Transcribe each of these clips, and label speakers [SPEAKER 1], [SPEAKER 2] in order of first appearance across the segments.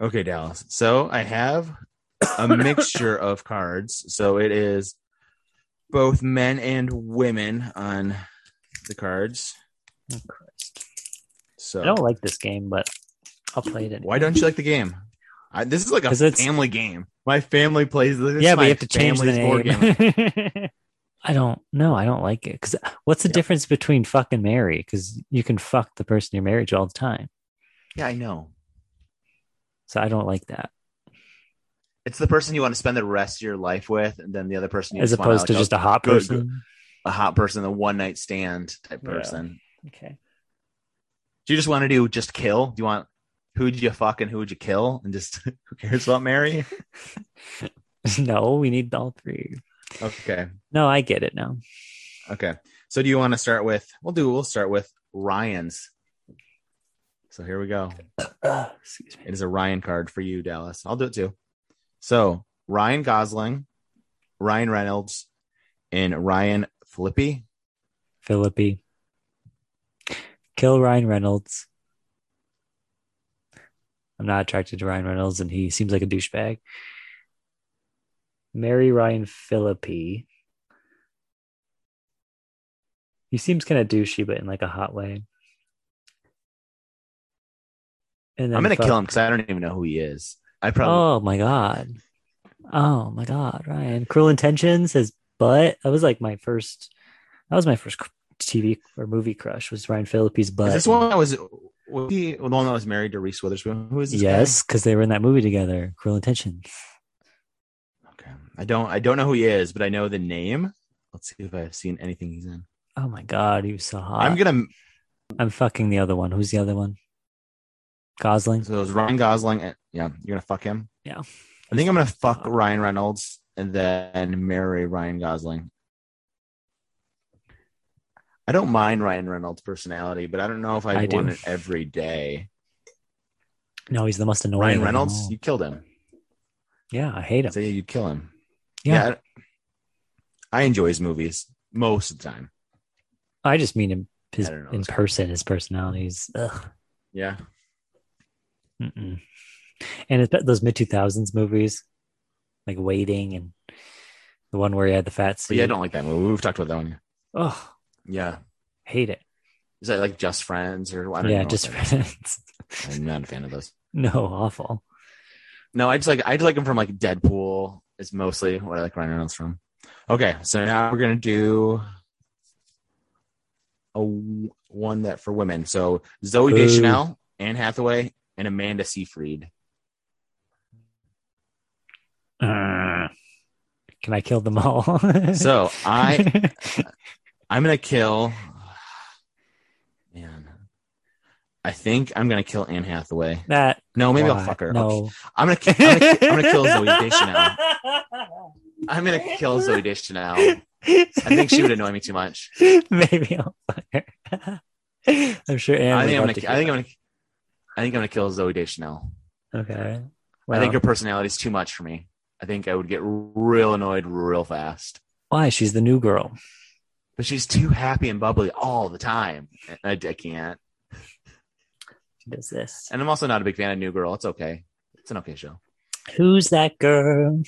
[SPEAKER 1] Okay, Dallas. So I have a mixture of cards. So it is both men and women on the cards.
[SPEAKER 2] Oh, Christ. I
[SPEAKER 1] So
[SPEAKER 2] don't like this game, but I'll play it. Anyway.
[SPEAKER 1] why don't you like the game? I, this is like a
[SPEAKER 2] 'Cause it's-
[SPEAKER 1] family game. My family plays this. is
[SPEAKER 2] Yeah,
[SPEAKER 1] my
[SPEAKER 2] but you have to change the
[SPEAKER 1] family's board game.
[SPEAKER 2] name. I don't know. I don't like it because what's the
[SPEAKER 1] Yeah.
[SPEAKER 2] difference between fuck and marry? Because you can fuck the person you're married to all the time.
[SPEAKER 1] yeah, I know.
[SPEAKER 2] So I don't like that.
[SPEAKER 1] It's the person you want to spend the rest of your life with, and then the other person you
[SPEAKER 2] As
[SPEAKER 1] just wanna,
[SPEAKER 2] opposed to
[SPEAKER 1] like,
[SPEAKER 2] just a hot
[SPEAKER 1] go- go-
[SPEAKER 2] person.
[SPEAKER 1] a hot person, a one night stand type
[SPEAKER 2] Yeah.
[SPEAKER 1] person.
[SPEAKER 2] Okay.
[SPEAKER 1] Do you just want to do just kill? Do you want who'd you fuck and who'd you kill? And just who cares about Mary?
[SPEAKER 2] no, we need all three.
[SPEAKER 1] Okay.
[SPEAKER 2] No, I get it now.
[SPEAKER 1] Okay. So do you want to start with we'll do we'll start with Ryan's. So here we go.
[SPEAKER 2] excuse me.
[SPEAKER 1] It is a Ryan card for you, Dallas. I'll do it too. So Ryan Gosling, Ryan Reynolds, and Ryan Flippy.
[SPEAKER 2] Philippi. Kill Ryan Reynolds. I'm not attracted to Ryan Reynolds and he seems like a douchebag. Marry Ryan Philippi. He seems kind of douchey, but in like a hot way. And
[SPEAKER 1] I'm gonna
[SPEAKER 2] fuck-
[SPEAKER 1] kill him because I don't even know who he is. I probably
[SPEAKER 2] Oh my god. Oh my god, Ryan. Cruel Intentions, his butt. That was like my first that was my first cr- TV or movie crush was Ryan Phillippe's butt.
[SPEAKER 1] is this one that was was he the one that was married to Reese Witherspoon? Who is this? guy?
[SPEAKER 2] yes, because they were in that movie together. Cruel Intentions.
[SPEAKER 1] Okay. I don't I don't know who he is, but I know the name. Let's see if I've seen anything he's in.
[SPEAKER 2] Oh my god, he was so hot.
[SPEAKER 1] I'm gonna
[SPEAKER 2] I'm fucking the other one. Who's the other one? Gosling.
[SPEAKER 1] so it was Ryan Gosling and yeah, you're gonna fuck him?
[SPEAKER 2] Yeah. Uh,
[SPEAKER 1] I think I'm gonna fuck Ryan Reynolds and then marry Ryan Gosling. I don't mind Ryan Reynolds' personality, but I don't know if I,
[SPEAKER 2] I do.
[SPEAKER 1] want it every day.
[SPEAKER 2] No, he's the most annoying. of
[SPEAKER 1] Ryan
[SPEAKER 2] them
[SPEAKER 1] Reynolds,
[SPEAKER 2] all.
[SPEAKER 1] you killed him.
[SPEAKER 2] Yeah, I hate him.
[SPEAKER 1] Say you'd kill him.
[SPEAKER 2] Yeah.
[SPEAKER 1] I, I enjoy his movies most of the time.
[SPEAKER 2] I just mean him his,
[SPEAKER 1] I don't know.
[SPEAKER 2] in person, his personalities. Ugh.
[SPEAKER 1] Yeah.
[SPEAKER 2] Mm-mm. And it's those mid two thousands movies, like Waiting and the one where he had the fat
[SPEAKER 1] But
[SPEAKER 2] suit.
[SPEAKER 1] yeah, I don't like that movie. We've talked about that one.
[SPEAKER 2] Oh,
[SPEAKER 1] Yeah.
[SPEAKER 2] hate it.
[SPEAKER 1] Is that like Just Friends or I don't
[SPEAKER 2] Yeah,
[SPEAKER 1] know.
[SPEAKER 2] just
[SPEAKER 1] I'm not a fan of those.
[SPEAKER 2] no, awful.
[SPEAKER 1] No, I just like I just like them from like Deadpool is mostly what I like Ryan Reynolds from. Okay, so now we're gonna do a w- one that for women. So Zoe
[SPEAKER 2] Ooh.
[SPEAKER 1] Deschanel, Anne Hathaway, and Amanda Seyfried.
[SPEAKER 2] Uh, Can I kill them all?
[SPEAKER 1] So I I'm gonna kill. Man, I think I'm gonna kill Anne Hathaway.
[SPEAKER 2] that
[SPEAKER 1] No, maybe
[SPEAKER 2] why?
[SPEAKER 1] I'll fuck her. Okay.
[SPEAKER 2] No,
[SPEAKER 1] I'm gonna ki- I'm gonna, ki- I'm gonna kill Zoe Deschanel. I'm gonna kill Zoe Deschanel. I think she would annoy me too much.
[SPEAKER 2] Maybe I'll fuck her. I'm sure Anne.
[SPEAKER 1] I
[SPEAKER 2] would
[SPEAKER 1] think I'm gonna.
[SPEAKER 2] love to
[SPEAKER 1] I think
[SPEAKER 2] hear
[SPEAKER 1] I'm gonna. I think I'm gonna kill Zoe Deschanel.
[SPEAKER 2] that. Okay.
[SPEAKER 1] I think
[SPEAKER 2] Well,
[SPEAKER 1] her personality is too much for me. I think I would get real annoyed real fast.
[SPEAKER 2] why? She's the new girl.
[SPEAKER 1] But she's too happy and bubbly all the time. I, I can't.
[SPEAKER 2] She does this.
[SPEAKER 1] And I'm also not a big fan of New Girl. It's okay. It's an okay show.
[SPEAKER 2] Who's that girl?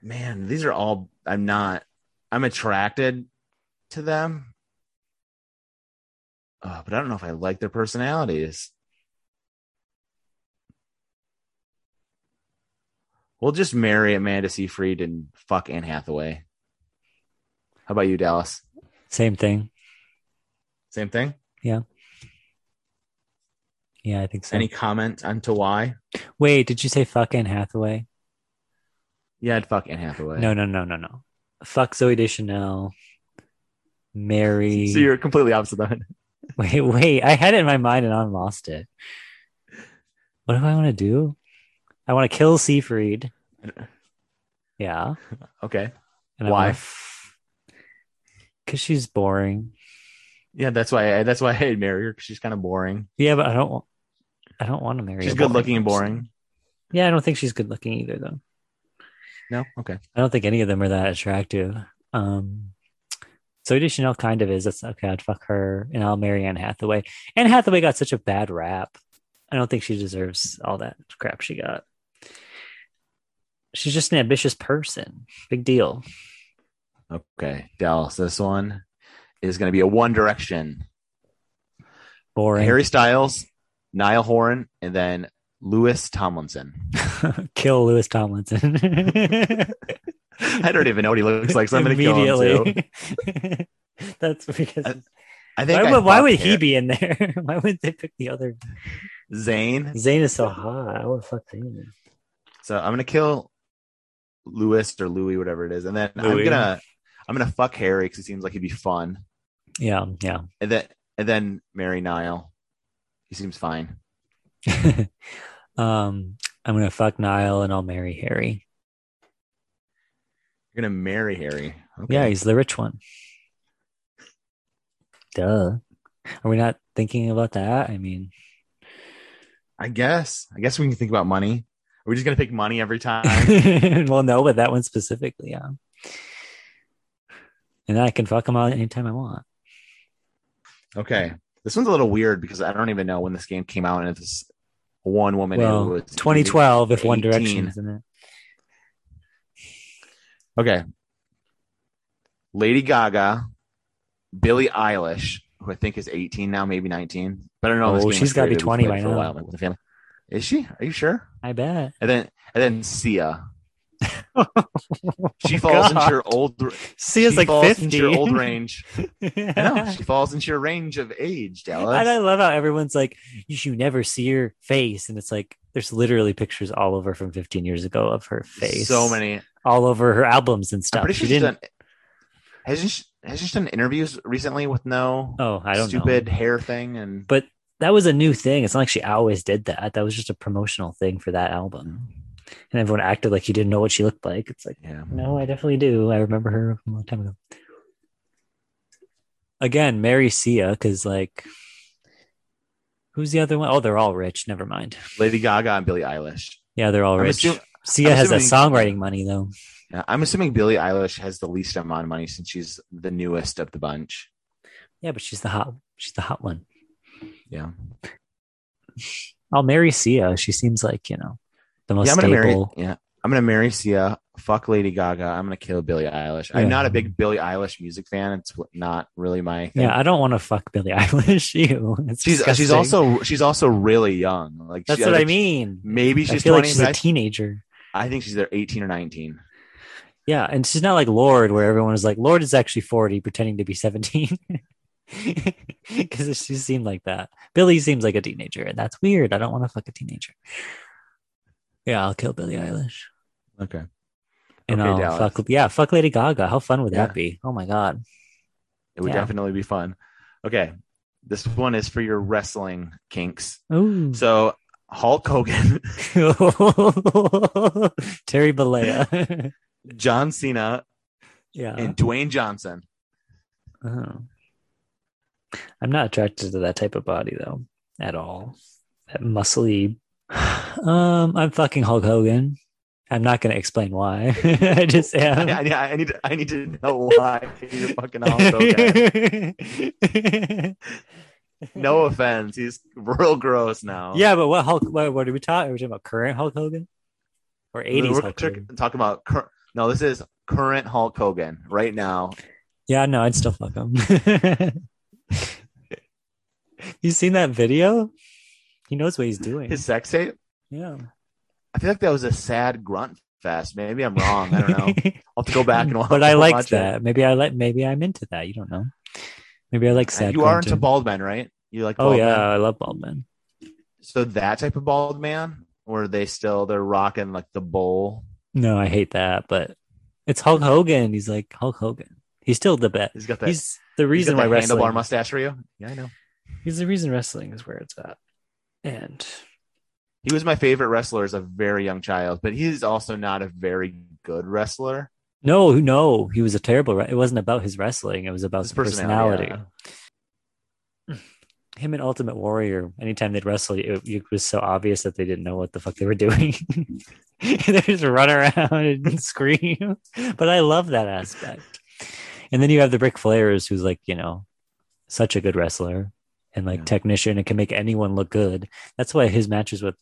[SPEAKER 1] Man, these are all. I'm not. I'm attracted to them. Uh, but I don't know if I like their personalities. We'll just marry Amanda Seyfried and fuck Anne Hathaway. How about you, Dallas?
[SPEAKER 2] Same thing.
[SPEAKER 1] Same thing.
[SPEAKER 2] Yeah, I think so.
[SPEAKER 1] Any comment on to why?
[SPEAKER 2] Wait, did you say fuck Anne Hathaway?
[SPEAKER 1] Yeah, I'd fuck Anne Hathaway.
[SPEAKER 2] No, no, no, no, no. Fuck Zoe Deschanel. Mary.
[SPEAKER 1] So you're completely opposite of that.
[SPEAKER 2] Wait, wait. I had it in my mind and I lost it. What do I want to do? I want to kill Seafried. Yeah.
[SPEAKER 1] Okay.
[SPEAKER 2] And
[SPEAKER 1] Why?
[SPEAKER 2] Because she's boring.
[SPEAKER 1] Yeah, that's why. I, that's why I'd marry her because she's kind of boring.
[SPEAKER 2] Yeah, but I don't. wa- I don't want to marry.
[SPEAKER 1] She's
[SPEAKER 2] a
[SPEAKER 1] good looking and
[SPEAKER 2] person.
[SPEAKER 1] boring.
[SPEAKER 2] Yeah, I don't think she's good looking either, though.
[SPEAKER 1] No. Okay.
[SPEAKER 2] I don't think any of them are that attractive. Um, Zoe Deschanel kind of is. That's okay. I'd fuck her, and I'll marry Anne Hathaway. Anne Hathaway got such a bad rap. I don't think she deserves all that crap she got. She's just an ambitious person. Big deal.
[SPEAKER 1] Okay, Dallas. This one is going to be a One Direction.
[SPEAKER 2] Boring.
[SPEAKER 1] Harry Styles, Niall Horan, and then Lewis Tomlinson.
[SPEAKER 2] kill Lewis Tomlinson.
[SPEAKER 1] I don't even know what he looks like, so I'm going to kill him too.
[SPEAKER 2] That's because
[SPEAKER 1] I think
[SPEAKER 2] why,
[SPEAKER 1] I
[SPEAKER 2] would, why
[SPEAKER 1] fucked
[SPEAKER 2] would he
[SPEAKER 1] Har-
[SPEAKER 2] be in there? why would they pick the other?
[SPEAKER 1] Zayn?
[SPEAKER 2] Zayn is so hot. I would fuck Zayn.
[SPEAKER 1] So I'm gonna kill Lewis or Louis, whatever it is, and then
[SPEAKER 2] Louis.
[SPEAKER 1] I'm gonna I'm gonna fuck Harry because he seems like he'd be fun,
[SPEAKER 2] Yeah, yeah.
[SPEAKER 1] and then and then marry Niall. He seems fine.
[SPEAKER 2] um, I'm gonna fuck Niall and I'll marry Harry.
[SPEAKER 1] You're gonna marry Harry. Okay.
[SPEAKER 2] Yeah, he's the rich one. Duh. Are we not thinking about that? I mean,
[SPEAKER 1] I guess. I guess we can think about money. Are we just gonna pick money every time?
[SPEAKER 2] well, no, but that one specifically, yeah. And I can fuck him out anytime I want.
[SPEAKER 1] okay. This one's a little weird because I don't even know when this game came out, and it's one woman. who
[SPEAKER 2] well,
[SPEAKER 1] was
[SPEAKER 2] 2012 if One Direction
[SPEAKER 1] 18.
[SPEAKER 2] is in it.
[SPEAKER 1] Okay. Lady Gaga, Billie Eilish, who I think is 18 now, maybe 19. But I don't know.
[SPEAKER 2] Oh,
[SPEAKER 1] this game
[SPEAKER 2] she's
[SPEAKER 1] was
[SPEAKER 2] gotta be
[SPEAKER 1] created
[SPEAKER 2] 20 by
[SPEAKER 1] for a
[SPEAKER 2] now.
[SPEAKER 1] while, like, with the family. Is she? Are you sure?
[SPEAKER 2] I bet.
[SPEAKER 1] And then and then Sia. She falls into your old. r-
[SPEAKER 2] Sia's
[SPEAKER 1] she
[SPEAKER 2] like
[SPEAKER 1] falls
[SPEAKER 2] 50.
[SPEAKER 1] into your old range. I know
[SPEAKER 2] and
[SPEAKER 1] she falls into your range of age, Dallas.
[SPEAKER 2] I love how everyone's like, you should never see her face. And it's like, there's literally pictures all over from 15 years ago of her face.
[SPEAKER 1] So many.
[SPEAKER 2] All over her albums and
[SPEAKER 1] I'm
[SPEAKER 2] stuff.
[SPEAKER 1] pretty
[SPEAKER 2] She
[SPEAKER 1] sure she's
[SPEAKER 2] didn't.
[SPEAKER 1] done. Hasn't she, hasn't she done interviews recently with no
[SPEAKER 2] Oh, I don't know.
[SPEAKER 1] stupid hair thing and
[SPEAKER 2] But that was a new thing. It's not like she always did that. That was just a promotional thing for that
[SPEAKER 1] Mm.
[SPEAKER 2] album. And everyone acted like you didn't know what she looked like. It's like,
[SPEAKER 1] yeah.
[SPEAKER 2] No, I definitely do. I remember her from a long time ago. Again, Mary Sia, because like, who's the other one? Oh, they're all rich. Never mind.
[SPEAKER 1] Lady Gaga and Billie Eilish.
[SPEAKER 2] Yeah, they're all
[SPEAKER 1] I'm
[SPEAKER 2] Oh, rich.
[SPEAKER 1] assu-
[SPEAKER 2] Sia
[SPEAKER 1] I'm
[SPEAKER 2] has that
[SPEAKER 1] assuming-
[SPEAKER 2] songwriting money though.
[SPEAKER 1] Yeah, I'm assuming Billie Eilish has the least amount of money since she's the newest of the bunch.
[SPEAKER 2] Yeah, but she's the hot. She's the hot one.
[SPEAKER 1] Yeah.
[SPEAKER 2] I'll marry Sia. She seems like you know the most
[SPEAKER 1] yeah, I'm gonna marry.
[SPEAKER 2] stable.
[SPEAKER 1] Yeah, I'm gonna marry Sia. Fuck Lady Gaga. I'm gonna kill Billie Eilish.
[SPEAKER 2] Yeah.
[SPEAKER 1] I'm not a big Billie Eilish music fan. It's not really my thing.
[SPEAKER 2] yeah, I don't want to fuck Billie Eilish. You. It's
[SPEAKER 1] she's she's
[SPEAKER 2] disgusting.
[SPEAKER 1] also she's also really young. Like
[SPEAKER 2] that's
[SPEAKER 1] she-
[SPEAKER 2] what I
[SPEAKER 1] think
[SPEAKER 2] mean.
[SPEAKER 1] Maybe
[SPEAKER 2] I
[SPEAKER 1] she's
[SPEAKER 2] feel
[SPEAKER 1] 20.
[SPEAKER 2] like she's a
[SPEAKER 1] but
[SPEAKER 2] teenager.
[SPEAKER 1] I I think she's either 18 or 19.
[SPEAKER 2] Yeah, and she's not like Lord, where everyone is like, Lord is actually 40, pretending to be 17. Because she seemed like that. Billy seems like a teenager, and that's weird. I don't want to fuck a teenager. Yeah, I'll kill Billie Eilish.
[SPEAKER 1] Okay.
[SPEAKER 2] And
[SPEAKER 1] Okay,
[SPEAKER 2] I'll
[SPEAKER 1] Dallas.
[SPEAKER 2] fuck, yeah, fuck Lady Gaga. How fun would
[SPEAKER 1] Yeah.
[SPEAKER 2] that be? Oh my God.
[SPEAKER 1] It would
[SPEAKER 2] Yeah.
[SPEAKER 1] definitely be fun. Okay. This one is for your wrestling kinks.
[SPEAKER 2] Ooh.
[SPEAKER 1] So Hulk Hogan,
[SPEAKER 2] Terry Bollea.
[SPEAKER 1] John Cena,
[SPEAKER 2] yeah.
[SPEAKER 1] and Dwayne Johnson.
[SPEAKER 2] Oh. Uh-huh. I'm not attracted to that type of body though at all. That muscly. Um, I'm fucking Hulk Hogan. I'm not gonna explain why. I just am.
[SPEAKER 1] I, I- I need to- I need to know why you're fucking Hulk Hogan. No offense, he's real gross now.
[SPEAKER 2] Yeah, but what Hulk? What, what are we talking? Are we talking about current Hulk Hogan or '80s
[SPEAKER 1] We're
[SPEAKER 2] Hulk
[SPEAKER 1] tr-
[SPEAKER 2] Hogan?
[SPEAKER 1] talking about cur- no. This is current Hulk Hogan right now.
[SPEAKER 2] Yeah, no, I'd still fuck him. you seen that video? He knows what he's doing.
[SPEAKER 1] His sex tape.
[SPEAKER 2] yeah.
[SPEAKER 1] I feel like that was a sad grunt fest. Maybe I'm wrong. I don't know. I'll have to go back and watch.
[SPEAKER 2] But I liked
[SPEAKER 1] watch it.
[SPEAKER 2] that. Maybe I like. Maybe I'm into that. You don't know. Maybe I like sad.
[SPEAKER 1] you are into
[SPEAKER 2] content.
[SPEAKER 1] bald men, right? You like
[SPEAKER 2] Oh
[SPEAKER 1] bald
[SPEAKER 2] yeah,
[SPEAKER 1] men?
[SPEAKER 2] I love Baldwin.
[SPEAKER 1] So that type of bald man, or they still they're rocking like the bowl.
[SPEAKER 2] No, I hate that. But it's Hulk Hogan. He's like Hulk Hogan. He's still the best.
[SPEAKER 1] He's got that.
[SPEAKER 2] He's the
[SPEAKER 1] he's
[SPEAKER 2] reason
[SPEAKER 1] got
[SPEAKER 2] why
[SPEAKER 1] that handlebar
[SPEAKER 2] wrestling.
[SPEAKER 1] mustache for you. Yeah, I know.
[SPEAKER 2] He's the reason wrestling is where it's at. And
[SPEAKER 1] He was my favorite wrestler as a very young child, but he's also not a very good wrestler.
[SPEAKER 2] no, no, he was a terrible. wre- It wasn't about his wrestling. It was about
[SPEAKER 1] His
[SPEAKER 2] his personality.
[SPEAKER 1] personality,
[SPEAKER 2] Him and Ultimate Warrior. Anytime they'd wrestle, it, it was so obvious that they didn't know what the fuck they were doing. they just run around and scream. But I love that aspect. And then you have the Brick Flares, who's like, you know, such a good wrestler, and like
[SPEAKER 1] Yeah.
[SPEAKER 2] technician and can make anyone look good. That's why his matches with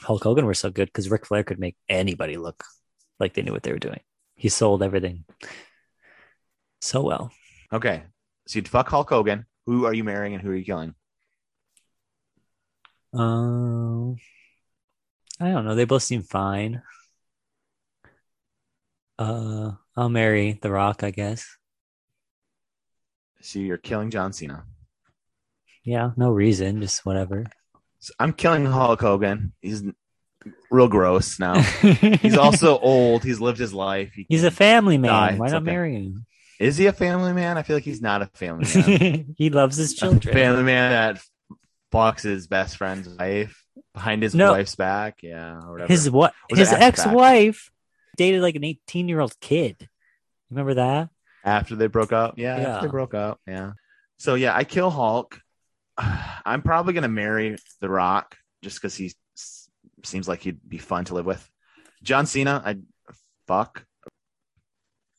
[SPEAKER 2] Hulk Hogan were so good because Ric Flair could make anybody look like they knew what they were doing. He sold everything so well.
[SPEAKER 1] Okay. So you'd fuck Hulk Hogan. Who are you marrying and who are you killing?
[SPEAKER 2] Um, I don't know. They both seem fine. Uh, I'll marry The Rock, I guess.
[SPEAKER 1] So you're killing John Cena.
[SPEAKER 2] Yeah, no reason, just whatever.
[SPEAKER 1] So I'm killing Hulk Hogan. He's real gross now. Oh. He's
[SPEAKER 2] he's
[SPEAKER 1] also old. He's lived his life. He
[SPEAKER 2] he's a family man.
[SPEAKER 1] die,
[SPEAKER 2] Why
[SPEAKER 1] it's
[SPEAKER 2] not
[SPEAKER 1] okay.
[SPEAKER 2] marry him?
[SPEAKER 1] is he a family man? I feel like he's not a family man.
[SPEAKER 2] he loves his
[SPEAKER 1] A
[SPEAKER 2] children.
[SPEAKER 1] family man that fucks his best friend's wife behind his
[SPEAKER 2] No.
[SPEAKER 1] wife's back. Yeah, or whatever.
[SPEAKER 2] His what?
[SPEAKER 1] Was
[SPEAKER 2] His
[SPEAKER 1] it after that?
[SPEAKER 2] ex-wife dated like an 18-year-old kid. Remember that?
[SPEAKER 1] after they broke up. Yeah,
[SPEAKER 2] Yeah.
[SPEAKER 1] after they broke up. Yeah. So yeah, I kill Hulk. I'm probably gonna marry The Rock just because he s- seems like he'd be fun to live with. John Cena, I fuck.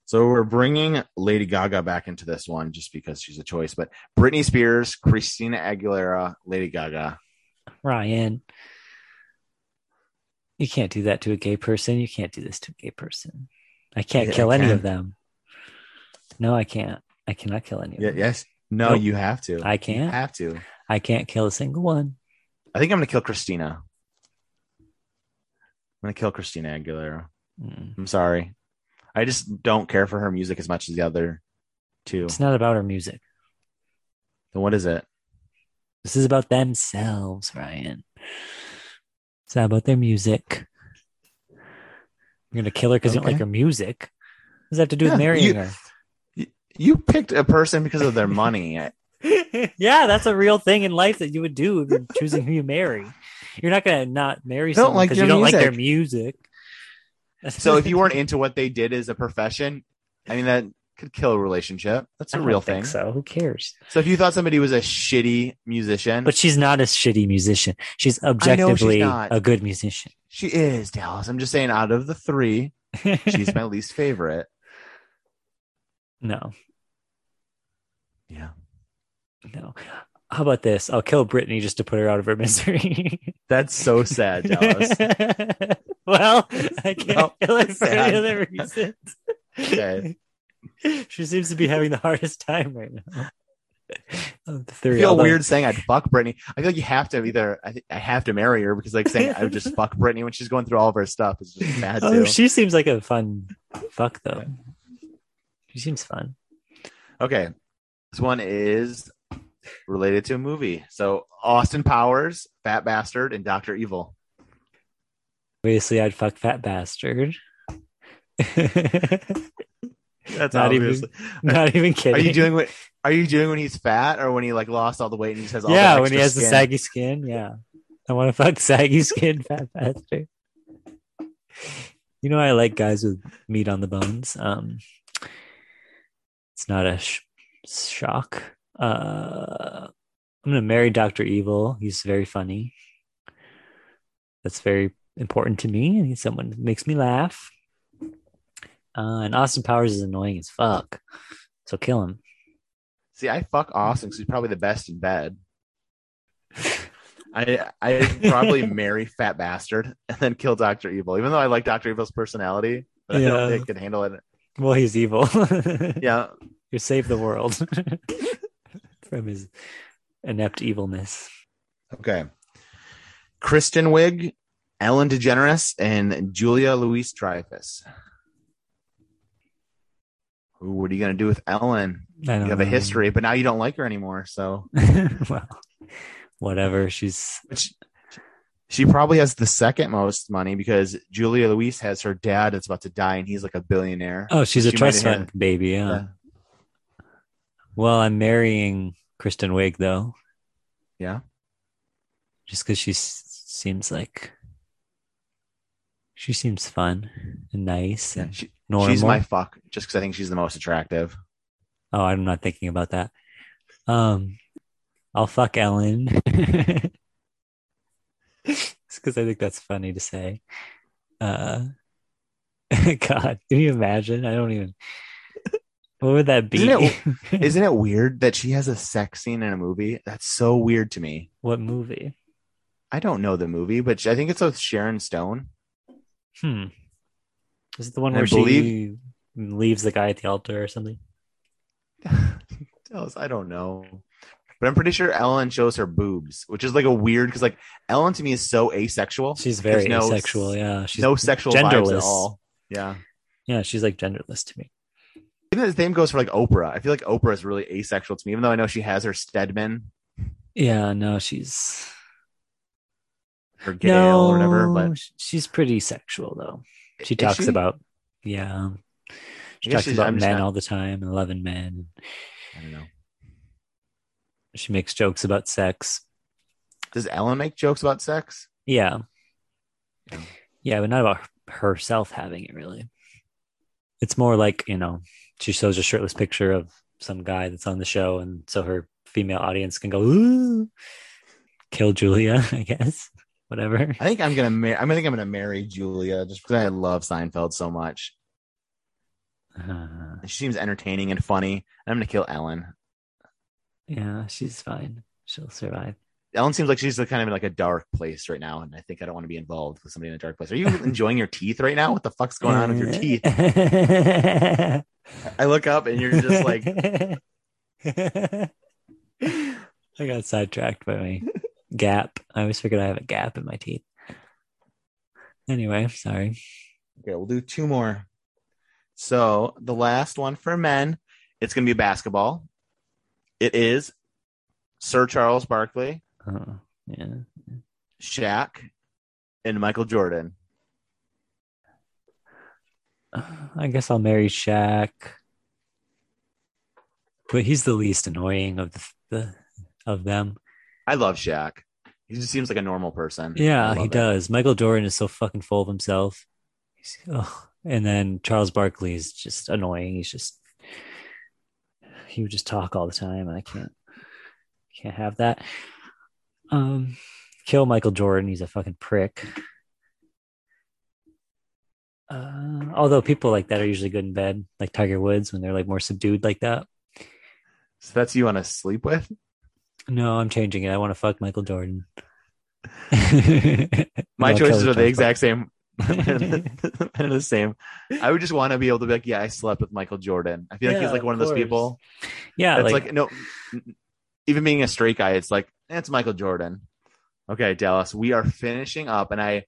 [SPEAKER 1] So we're bringing Lady Gaga back into this one just because she's a choice, but Britney Spears, Christina Aguilera, Lady Gaga.
[SPEAKER 2] Ryan. You can't do that to a gay person. You can't do this to a gay person. I can't
[SPEAKER 1] Yeah, I
[SPEAKER 2] kill any
[SPEAKER 1] can.
[SPEAKER 2] of them. No, I can't. I cannot kill any of
[SPEAKER 1] Yeah,
[SPEAKER 2] them.
[SPEAKER 1] yes. No,
[SPEAKER 2] Nope.
[SPEAKER 1] you have to.
[SPEAKER 2] I can't.
[SPEAKER 1] You have to.
[SPEAKER 2] I can't kill a single one.
[SPEAKER 1] I think I'm gonna kill Christina. I'm gonna kill Christina Aguilera.
[SPEAKER 2] Mm.
[SPEAKER 1] I'm sorry. I just don't care for her music as much as the other two.
[SPEAKER 2] It's not about her music.
[SPEAKER 1] Then what is it?
[SPEAKER 2] This is about themselves, Ryan. It's not about their music. You're gonna kill her because you don't
[SPEAKER 1] Okay.
[SPEAKER 2] like her music. What does that have to do
[SPEAKER 1] Yeah,
[SPEAKER 2] with marrying
[SPEAKER 1] you-
[SPEAKER 2] her?
[SPEAKER 1] You picked a person because of their money.
[SPEAKER 2] yeah, that's a real thing in life that you would do if you're choosing who you marry. You're not gonna not marry
[SPEAKER 1] Don't
[SPEAKER 2] someone
[SPEAKER 1] like
[SPEAKER 2] because
[SPEAKER 1] your
[SPEAKER 2] you don't like their music.
[SPEAKER 1] so if you weren't into what they did as a profession, I mean that could kill a relationship. That's
[SPEAKER 2] I
[SPEAKER 1] a
[SPEAKER 2] don't
[SPEAKER 1] real
[SPEAKER 2] think
[SPEAKER 1] thing. So.
[SPEAKER 2] so who cares?
[SPEAKER 1] if you thought somebody was a shitty musician,
[SPEAKER 2] But she's not a shitty musician. She's
[SPEAKER 1] she's
[SPEAKER 2] objectively
[SPEAKER 1] not.
[SPEAKER 2] a good musician.
[SPEAKER 1] she is Dallas. I'm just saying, out of the three, she's my least favorite.
[SPEAKER 2] no,
[SPEAKER 1] Yeah,
[SPEAKER 2] no. How about this? I'll kill Brittany just to put her out of her misery.
[SPEAKER 1] that's so sad, Dallas.
[SPEAKER 2] well, I can't
[SPEAKER 1] No,
[SPEAKER 2] kill it for
[SPEAKER 1] sad.
[SPEAKER 2] any other reason.
[SPEAKER 1] Okay.
[SPEAKER 2] she seems to be having the hardest time right now. Of the
[SPEAKER 1] I
[SPEAKER 2] three,
[SPEAKER 1] feel
[SPEAKER 2] although-
[SPEAKER 1] weird saying I'd fuck Britney. I feel like you have to either I, th- I have to marry her because like saying I would just fuck Britney when she's going through all of her stuff is just bad
[SPEAKER 2] Oh,
[SPEAKER 1] too.
[SPEAKER 2] she seems like a fun fuck though. She seems fun.
[SPEAKER 1] Okay. This one is related to a movie. So Austin Powers, Fat Bastard, and Doctor Evil.
[SPEAKER 2] Obviously, I'd fuck fat bastard.
[SPEAKER 1] That's
[SPEAKER 2] Not even-
[SPEAKER 1] obviously.
[SPEAKER 2] Not even kidding.
[SPEAKER 1] Are you doing what? Are you doing when he's fat or when he like lost all the weight and he just has all
[SPEAKER 2] yeah,
[SPEAKER 1] that
[SPEAKER 2] when he
[SPEAKER 1] extra
[SPEAKER 2] has the
[SPEAKER 1] skin?
[SPEAKER 2] saggy skin. Yeah, I want to fuck saggy skin, fat bastard. You know, I like guys with meat on the bones. Um, it's not a sh- shock. Uh, I'm gonna marry Doctor Evil. He's very funny. That's very important to me. I need someone that makes me laugh. Uh, and Austin Powers is annoying as fuck, so kill him.
[SPEAKER 1] See, I fuck Austin because he's probably the best in bed. I I probably marry Fat Bastard and then kill Doctor Evil, even though I like Doctor Evil's personality. But I don't
[SPEAKER 2] Yeah.
[SPEAKER 1] think I could handle it.
[SPEAKER 2] Well, he's evil.
[SPEAKER 1] Yeah,
[SPEAKER 2] You save the world from his inept evilness.
[SPEAKER 1] Okay. Kristen Wiig, Ellen DeGeneres, and Julia Louise Dreyfus. Ooh, what are you gonna do with Ellen?
[SPEAKER 2] I don't
[SPEAKER 1] You have
[SPEAKER 2] know.
[SPEAKER 1] a history, but now you don't like her anymore. So
[SPEAKER 2] well, whatever. She's
[SPEAKER 1] which she probably has the second most money because Julia Louise has her dad that's about to die and he's like a billionaire.
[SPEAKER 2] oh, she's a
[SPEAKER 1] She might
[SPEAKER 2] trust
[SPEAKER 1] have
[SPEAKER 2] fund baby. Yeah.
[SPEAKER 1] Yeah.
[SPEAKER 2] Well, I'm marrying Kristen Wiig though,
[SPEAKER 1] Yeah.
[SPEAKER 2] just because she s- seems like she seems fun and nice
[SPEAKER 1] yeah.
[SPEAKER 2] and
[SPEAKER 1] She,
[SPEAKER 2] normal.
[SPEAKER 1] she's my fuck just because I think she's the most attractive.
[SPEAKER 2] Oh, I'm not thinking about that. Um, I'll fuck Ellen. It's because I think that's funny to say. Uh, God, can you imagine? I don't even. What would that be?
[SPEAKER 1] Isn't Isn't it weird that she has a sex scene in a movie? That's so weird to me.
[SPEAKER 2] what movie?
[SPEAKER 1] I don't know the movie, but I think it's with Sharon Stone.
[SPEAKER 2] Hmm. Is it the one
[SPEAKER 1] I
[SPEAKER 2] where
[SPEAKER 1] believe-
[SPEAKER 2] she leaves the guy at the altar or something?
[SPEAKER 1] Else, I don't know. But I'm pretty sure Ellen shows her boobs, which is like a weird because like Ellen to me is so asexual.
[SPEAKER 2] She's very
[SPEAKER 1] no
[SPEAKER 2] asexual. Yeah, she's
[SPEAKER 1] no sexual vibes at
[SPEAKER 2] genderless.
[SPEAKER 1] all. Yeah.
[SPEAKER 2] yeah, she's like genderless to me.
[SPEAKER 1] Even the same goes for like Oprah. I feel like Oprah is really asexual to me, even though I know she has her Stedman,
[SPEAKER 2] Yeah, no, she's
[SPEAKER 1] her Gale or whatever.
[SPEAKER 2] No,
[SPEAKER 1] But
[SPEAKER 2] sh- she's pretty sexual though. She
[SPEAKER 1] Is
[SPEAKER 2] talks
[SPEAKER 1] she?
[SPEAKER 2] about yeah. She
[SPEAKER 1] guess
[SPEAKER 2] talks
[SPEAKER 1] she's-
[SPEAKER 2] about
[SPEAKER 1] I'm just
[SPEAKER 2] men
[SPEAKER 1] not-
[SPEAKER 2] all the time, and loving men.
[SPEAKER 1] I don't know.
[SPEAKER 2] She makes jokes about sex.
[SPEAKER 1] Does Ellen make jokes about sex?
[SPEAKER 2] Yeah.
[SPEAKER 1] Yeah.
[SPEAKER 2] Yeah, but not about her- herself having it really. It's more like, you know, she shows a shirtless picture of some guy that's on the show and so her female audience can go, ooh, kill Julia, I guess. Whatever.
[SPEAKER 1] I think I'm gonna. Mar- I think I'm gonna marry Julia just because I love Seinfeld so much.
[SPEAKER 2] Uh,
[SPEAKER 1] She seems entertaining and funny. I'm gonna kill Ellen.
[SPEAKER 2] yeah, she's fine. She'll survive.
[SPEAKER 1] Ellen seems like she's kind of in like a dark place right now, and I think I don't want to be involved with somebody in a dark place. Are you enjoying your teeth right now? What the fuck's going on with your teeth? I look up and you're just like,
[SPEAKER 2] I got sidetracked by my gap. I always forget I have a gap in my teeth. Anyway, sorry.
[SPEAKER 1] okay, we'll do two more. So the last one for men, it's gonna be basketball. It is Sir Charles Barkley,
[SPEAKER 2] Oh, yeah.
[SPEAKER 1] Shaq, and Michael Jordan.
[SPEAKER 2] I guess I'll marry Shaq. But he's the least annoying of the, the of them.
[SPEAKER 1] I love Shaq. He just seems like a normal person. I
[SPEAKER 2] Yeah,
[SPEAKER 1] love
[SPEAKER 2] he
[SPEAKER 1] it.
[SPEAKER 2] does. Michael Jordan is so fucking full of himself. He's, oh. And then Charles Barkley is just annoying. He's just he would just talk all the time, and I can't can't have that. Um, kill Michael Jordan. He's a fucking prick. Uh, although people like that are usually good in bed, like Tiger Woods, when they're like more subdued like that.
[SPEAKER 1] So that's you want to sleep with?
[SPEAKER 2] No, I'm changing it. I want to fuck Michael Jordan.
[SPEAKER 1] My
[SPEAKER 2] No,
[SPEAKER 1] choices
[SPEAKER 2] Kelly
[SPEAKER 1] are the
[SPEAKER 2] Jones
[SPEAKER 1] exact same. They're the same. I would just want to be able to be like, yeah, I slept with Michael Jordan. I feel like
[SPEAKER 2] Yeah,
[SPEAKER 1] he's like
[SPEAKER 2] of
[SPEAKER 1] one of those
[SPEAKER 2] course.
[SPEAKER 1] people.
[SPEAKER 2] Yeah,
[SPEAKER 1] That's like, no, even being a straight guy, it's like eh, it's Michael Jordan. Okay, Dallas, we are finishing up, and I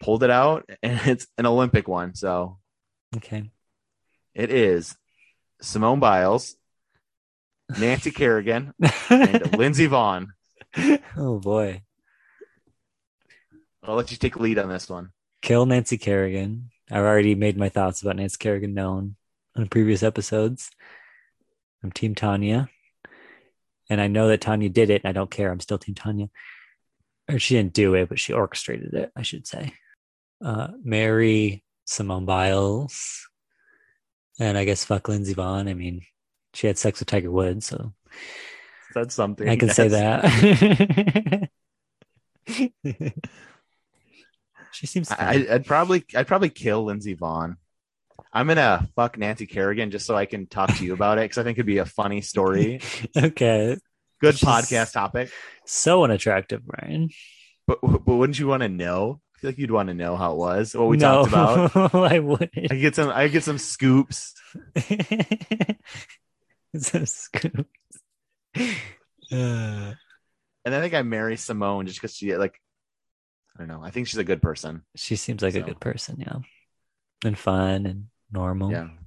[SPEAKER 1] pulled it out, and it's an Olympic one, so
[SPEAKER 2] okay.
[SPEAKER 1] it is Simone Biles, Nancy Kerrigan, and Lindsey Vaughn.
[SPEAKER 2] oh boy.
[SPEAKER 1] I'll let you take lead on this one.
[SPEAKER 2] Kill Nancy Kerrigan. I've already made my thoughts about Nancy Kerrigan known on previous episodes. I'm Team Tanya. And I know that Tanya did it. And I don't care. I'm still Team Tanya. Or she didn't do it, but she orchestrated it, I should say. Uh, marry Simone Biles. And I guess fuck Lindsey Vaughn. I mean, she had sex with Tiger Woods, so
[SPEAKER 1] That's something
[SPEAKER 2] I can say
[SPEAKER 1] yes.
[SPEAKER 2] that. she seems. fine.
[SPEAKER 1] I, I'd probably I'd probably kill Lindsey Vaughn. I'm gonna fuck Nancy Kerrigan just so I can talk to you about it because I think it'd be a funny story,
[SPEAKER 2] okay,
[SPEAKER 1] good
[SPEAKER 2] She's-
[SPEAKER 1] podcast topic.
[SPEAKER 2] so unattractive, Brian.
[SPEAKER 1] But but wouldn't you want to know? I feel like you'd want to know how it was, what we talked about.
[SPEAKER 2] I
[SPEAKER 1] I
[SPEAKER 2] wouldn't.
[SPEAKER 1] get some I get some scoops.
[SPEAKER 2] It's a scoop. Uh,
[SPEAKER 1] And I think I marry Simone just because she like I don't know. I think she's a good person.
[SPEAKER 2] she seems like a
[SPEAKER 1] So.
[SPEAKER 2] good person, yeah, and fun and normal.
[SPEAKER 1] Yeah.